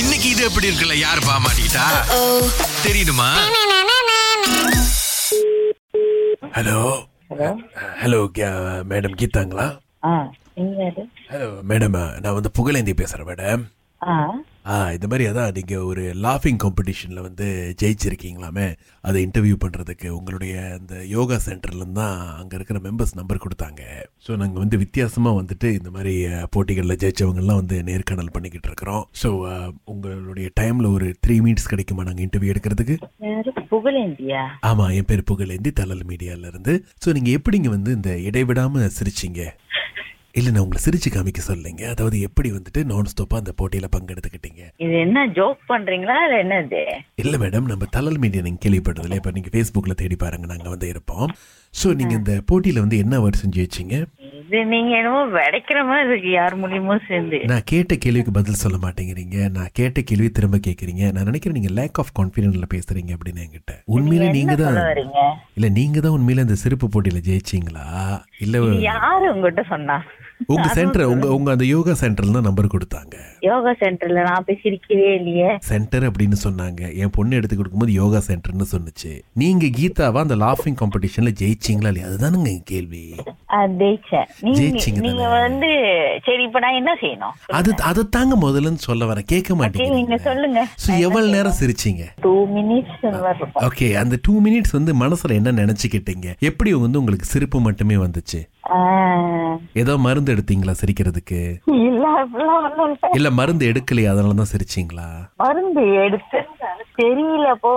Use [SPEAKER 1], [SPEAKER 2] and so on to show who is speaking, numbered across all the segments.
[SPEAKER 1] இன்னைக்கு இது எப்படி இருக்குல்ல யார் பாமாட்டா தெரியுமா
[SPEAKER 2] ஹலோ
[SPEAKER 3] ஹலோ
[SPEAKER 2] ஹலோ மேடம் கீதாங்களா
[SPEAKER 3] ஆ நீங்க யாரு
[SPEAKER 2] ஹலோ மேடம் நான் வந்து புகழேந்தி பேசுகிறேன் மேடம்
[SPEAKER 3] ஆ
[SPEAKER 2] ஆ இந்த மாதிரி அதான் நீங்கள் ஒரு லாஃபிங் காம்படிஷனில் வந்து ஜெயிச்சிருக்கீங்களாமே அதை இன்டர்வியூ பண்ணுறதுக்கு உங்களுடைய அந்த யோகா சென்டர்லேருந்து தான் அங்கே இருக்கிற மெம்பர்ஸ் நம்பர் கொடுத்தாங்க ஸோ நாங்கள் வந்து வித்தியாசமாக வந்துட்டு இந்த மாதிரி அஹ், போட்டிகளில் ஜெயிச்சவங்கெல்லாம் வந்து நேர்காணல் பண்ணிக்கிட்டு இருக்கிறோம் ஸோ உங்களுடைய டைமில் ஒரு த்ரீ மினிட்ஸ் கிடைக்குமா நாங்கள் இன்டர்வியூ எடுக்கிறதுக்கு
[SPEAKER 3] யாரு புகழேந்தியா
[SPEAKER 2] ஆமாம் என் பேர் புகழேந்தி தலல் மீடியாவிலேருந்து ஸோ நீங்கள் எப்படிங்க வந்து இந்த இடைவிடாமல் சிரிச்சிங்க இல்லை நான் உங்களை சிரிச்சு காமிக்க சொல்லுங்க அதாவது எப்படி வந்துட்டு நான் ஸ்டாப்பாக அந்த போட்டியில் பங்கெடுத்துக்கிட்டீங்க
[SPEAKER 3] இது என்ன ஜோக் பண்றீங்களா இல்ல என்னது
[SPEAKER 2] இல்லை மேடம் நம்ம தலல் மீடியா நீங்கள் கேள்விப்பட்டதில்ல இப்போ நீங்கள் ஃபேஸ்புக்கில் தேடி பாருங்க நாங்கள் வந்து இருப்போம் ஸோ நீங்கள் இந்த போட்டியில் வந்து என்ன வருஷம் ஜெயிச்சிங்க
[SPEAKER 3] இது நீங்க என்னமோ விடைக்கிற மாதிரி இருக்கு யார் மூலியமோ சேர்ந்து
[SPEAKER 2] நான் கேட்ட கேள்விக்கு பதில் சொல்ல மாட்டேங்கிறீங்க நான் கேட்ட கேள்வி திரும்ப கேட்குறீங்க நான் நினைக்கிறேன் நீங்கள் லேக் ஆஃப் கான்ஃபிடென்ட்ல பேசுகிறீங்க அப்படின்னு என்கிட்ட உண்மையிலே நீங்கள் தான்
[SPEAKER 3] சொல்ல வரீங்க
[SPEAKER 2] இல்லை நீங்கள் தான் உண்மையிலே அந்த சிறப்பு போட்டியில் ஜெயிச்சிங்களா இல்லை
[SPEAKER 3] யாரு உங்ககிட்ட சொன்னா
[SPEAKER 2] உங்க சென்டர் உங்க உங்க அந்த யோகா சென்டர்ல தான் நம்பர் கொடுத்தாங்க
[SPEAKER 3] யோகா சென்டர்ல நான் போய் சிரிக்கவே இல்லையே
[SPEAKER 2] சென்டர் அப்படின்னு சொன்னாங்க என் பொண்ணு எடுத்து கொடுக்கும்போது யோகா சென்டர்னு சொன்னுச்சு நீங்க கீதாவா அந்த லாஃபிங் காம்படிஷன்ல ஜெயிச்சிங்களா இல்லையா அதுதானுங்க என் கேள்வி
[SPEAKER 3] அது ஜெயிச்சேன் நீங்க
[SPEAKER 2] ஜெயிச்சீங்க
[SPEAKER 3] நீங்க வந்து சரி இப்ப நான் என்ன செய்யணும்
[SPEAKER 2] அது அதை தாங்க முதல்லன்னு சொல்ல வரேன் கேட்க
[SPEAKER 3] சரி, நீங்க
[SPEAKER 2] மாட்டேங்கிறீங்க
[SPEAKER 3] சொல்லுங்க
[SPEAKER 2] ஸோ எவ்வளவு நேரம் சிரிச்சீங்க
[SPEAKER 3] டூ மினிட்ஸ் இருக்கும்
[SPEAKER 2] ஓகே அந்த டூ மினிட்ஸ் வந்து மனசுல என்ன நினைச்சுக்கிட்டீங்க எப்படி வந்து உங்களுக்கு சிரிப்பு மட்டுமே வந்துச்சு
[SPEAKER 3] ஆ,
[SPEAKER 2] ஏதோ மருந்து எடுத்தீங்களா சிரிக்கிறதுக்கு
[SPEAKER 3] இல்ல அப்படிலாம் ஒண்ணும் இல்ல
[SPEAKER 2] இல்ல மருந்து எடுக்கலையா அதனால தான் சிரிச்சீங்களா
[SPEAKER 3] மருந்து எடுத்து தெரியல போ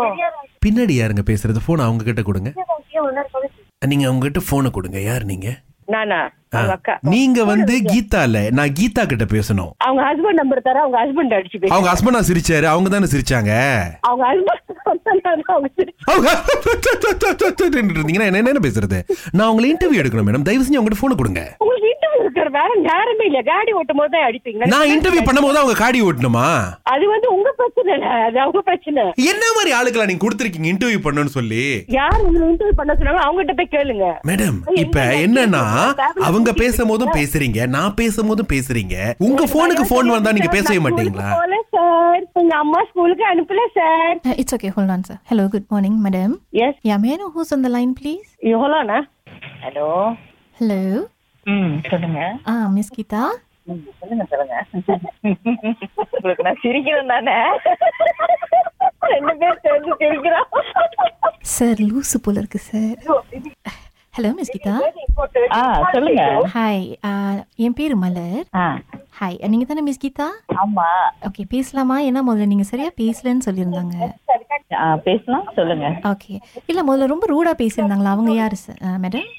[SPEAKER 2] பின்னாடி யாருங்க பேசுறது போன் அவங்க கிட்ட கொடுங்க நீங்க அவங்க கிட்ட போனை கொடுங்க யார் நீங்க
[SPEAKER 4] நானா அவங்க அக்கா
[SPEAKER 2] நீங்க வந்து கீதா இல்ல நான் கீதா கிட்ட பேசணும்
[SPEAKER 4] அவங்க ஹஸ்பண்ட் நம்பர் தர அவங்க ஹஸ்பண்ட் அடிச்சு பேசு
[SPEAKER 2] அவங்க ஹஸ்பண்டா சிரிச்சாரு அவங்க தானே சிரிச்சாங்க
[SPEAKER 4] அவங்க ஹஸ்பண்ட் அவங்க சிரிச்சு-
[SPEAKER 2] அவங்க நின்னுட்டு இருந்தீங்கன்னா என்ன என்ன பேசுறது நான் உங்களை இன்டர்வியூ எடுக்கணும் மேடம் தயவு செஞ்சு அவங்ககிட்ட போனை கொடுங்க
[SPEAKER 4] உங்களுக்கு இன்டர்வியூ இருக்கிற வேற நேரமே இல்ல காடி ஓட்டும் போது தான் அடிப்பீங்க
[SPEAKER 2] நான் இன்டர்வியூ பண்ணும்போது அவங்க காடி ஓட்டணுமா
[SPEAKER 4] அது வந்து உங்க பிரச்சனை இல்ல அது அவங்க பிரச்சனை
[SPEAKER 2] என்ன மாதிரி ஆளுக்கெல்லாம் நீங்க கொடுத்துருக்கீங்க இன்டர்வியூ பண்ணணும்னு சொல்லி
[SPEAKER 4] யார் உங்களை இன்டர்வியூ பண்ண சொன்னாங்க அவங்க கிட்ட போய் கேளுங்க
[SPEAKER 2] மேடம் இப்ப என்னன்னா அவங்க பேசும்போதும் பேசுறீங்க நான் பேசும்போதும் பேசுறீங்க உங்க போனுக்கு போன் வந்தா நீங்க பேசவே மாட்டீங்களா
[SPEAKER 4] போல சார் எங்க அம்மா ஸ்கூலுக்கு அனுப்பல sir
[SPEAKER 5] Uh, it's okay. Hold on, sir. Hello. Good morning, madam.
[SPEAKER 4] Yes
[SPEAKER 5] Yeah, may I know who's on the line, please?
[SPEAKER 4] எவ்வளோண்ணா
[SPEAKER 3] ஹலோ
[SPEAKER 5] Hello.
[SPEAKER 3] ம் சொல்லுங்க
[SPEAKER 5] Ah, Miss Kita.
[SPEAKER 3] ம், சொல்லுங்க சொல்லுங்க உங்களுக்கு நான் சிரிக்கிறேன் தானே
[SPEAKER 4] ரெண்டு பேர் சேர்ந்து தெரிகிறோம்
[SPEAKER 5] Sir, loose போல இருக்கு sir. Hello, Miss Kita.
[SPEAKER 3] ஆ சொல்லுங்க
[SPEAKER 5] Hi. Uh, என் பேரு மலர்.
[SPEAKER 3] ஆ
[SPEAKER 5] ஹாய் நீங்க தானே மிஸ் கீதா
[SPEAKER 3] ஆமா
[SPEAKER 5] ஓகே பேசலாமா ஏன்னா முதல்ல நீங்க சரியா பேசலன்னு சொல்லியிருந்தாங்க
[SPEAKER 3] ஆ, பேசலாம் சொல்லுங்க
[SPEAKER 5] ஓகே இல்ல முதல்ல ரொம்ப ரூடா பேசியிருந்தாங்களா அவங்க யாரு சார் மேடம்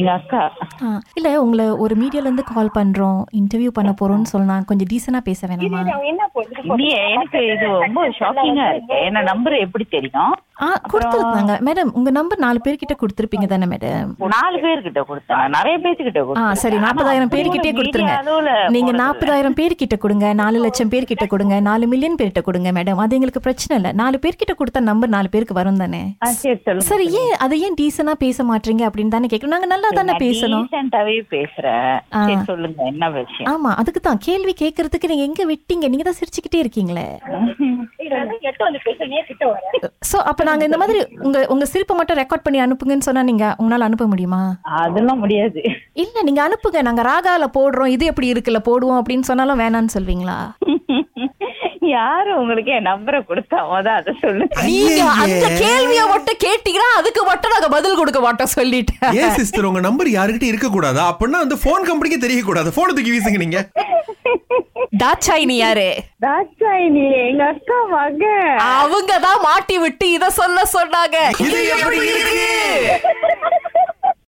[SPEAKER 3] எங்க அக்கா
[SPEAKER 5] Uh, இல்ல உங்களை ஒரு மீடியால இருந்து கால் பண்றோம் இன்டர்வியூ பண்ண போறோம்னு சொன்னா கொஞ்சம் டீசெண்டா பேச வேணாமா
[SPEAKER 3] இல்லையே எனக்கு இது ரொம்ப ஷாக்கிங்கா இருக்கு ஏன்னா நம்பர் எப்படி தெரியும்
[SPEAKER 5] ஆ கொடுத்துருந்தாங்க மேடம் உங்க நம்பர் நாலு பேர்கிட்ட கொடுத்துருப்பீங்க தானே மேடம்
[SPEAKER 3] நாலு பேர்கிட்ட கொடுத்தாங்க நிறைய பேர்கிட்ட
[SPEAKER 5] ஆ
[SPEAKER 3] கொடுத்தாங்க
[SPEAKER 5] சரி நாற்பதாயிரம் பேர்கிட்டே கொடுத்துருங்க நீங்க நாற்பதாயிரம் பேர்கிட்ட கொடுங்க நாலு லட்சம் பேர்கிட்ட கொடுங்க நாலு மில்லியன் பேர்கிட்ட கொடுங்க மேடம் அது எங்களுக்கு பிரச்சனை இல்லை நாலு பேர்கிட்ட கொடுத்தா நம்பர் நாலு பேருக்கு வரும் தானே
[SPEAKER 3] சரி சொல்லுங்க
[SPEAKER 5] சரி ஏன் அதை ஏன் டீசனா பேச மாட்டீங்க அப்படின்னு தானே கேட்கணும் நாங்க நல்லா தானே பேசணும்
[SPEAKER 3] ரீசெண்டாவே பேசுறேன்
[SPEAKER 5] ஆ.
[SPEAKER 3] சரி சொல்லுங்க என்ன விஷயம்
[SPEAKER 5] ஆமா அதுக்கு தான் கேள்வி கேட்கறதுக்கு நீங்க எங்க விட்டீங்க நீங்க தான் சிரிச்சுக்கிட்டே இருக்கீங்களே சோ அப்ப நாங்க இந்த மாதிரி உங்க உங்க சிரிப்பை மட்டும் ரெக்கார்ட் பண்ணி அனுப்புங்கன்னு சொன்னா நீங்க உங்களால அனுப்ப முடியுமா
[SPEAKER 3] அதெல்லாம் முடியாது
[SPEAKER 5] இல்ல நீங்க அனுப்புங்க நாங்க ராகால போடுறோம் இது எப்படி இருக்குல்ல போடுவோம் அப்படின்னு சொன்னாலும் வேணாம்னு சொல்வீங்களா
[SPEAKER 3] யாரு உங்களுக்கு என் நம்பரை கொடுத்தா முத அதை சொல்லுங்க
[SPEAKER 5] நீங்க அந்த கேள்விய மட்டும் கேட்டீங்கன்னா அதுக்கு மட்டும் நாங்க பதில் கொடுக்க மாட்டோம் சொல்லிட்டேன்
[SPEAKER 2] ஏன் சிஸ்டர் உங்க நம்பர் யாருகிட்ட இருக்க கூடாதா அப்படின்னா அந்த போன் கம்பெனிக்கு தெரியக்கூடாது போன தூக்கி வீசுங்க நீங்க
[SPEAKER 5] டாச்சாய் நீ யாரு
[SPEAKER 4] தாட்சாயினி எங்க அக்கா மகன்
[SPEAKER 5] அவங்க தான் மாட்டி விட்டு இத சொல்ல சொன்னாங்க
[SPEAKER 2] இது எப்படி இருக்கு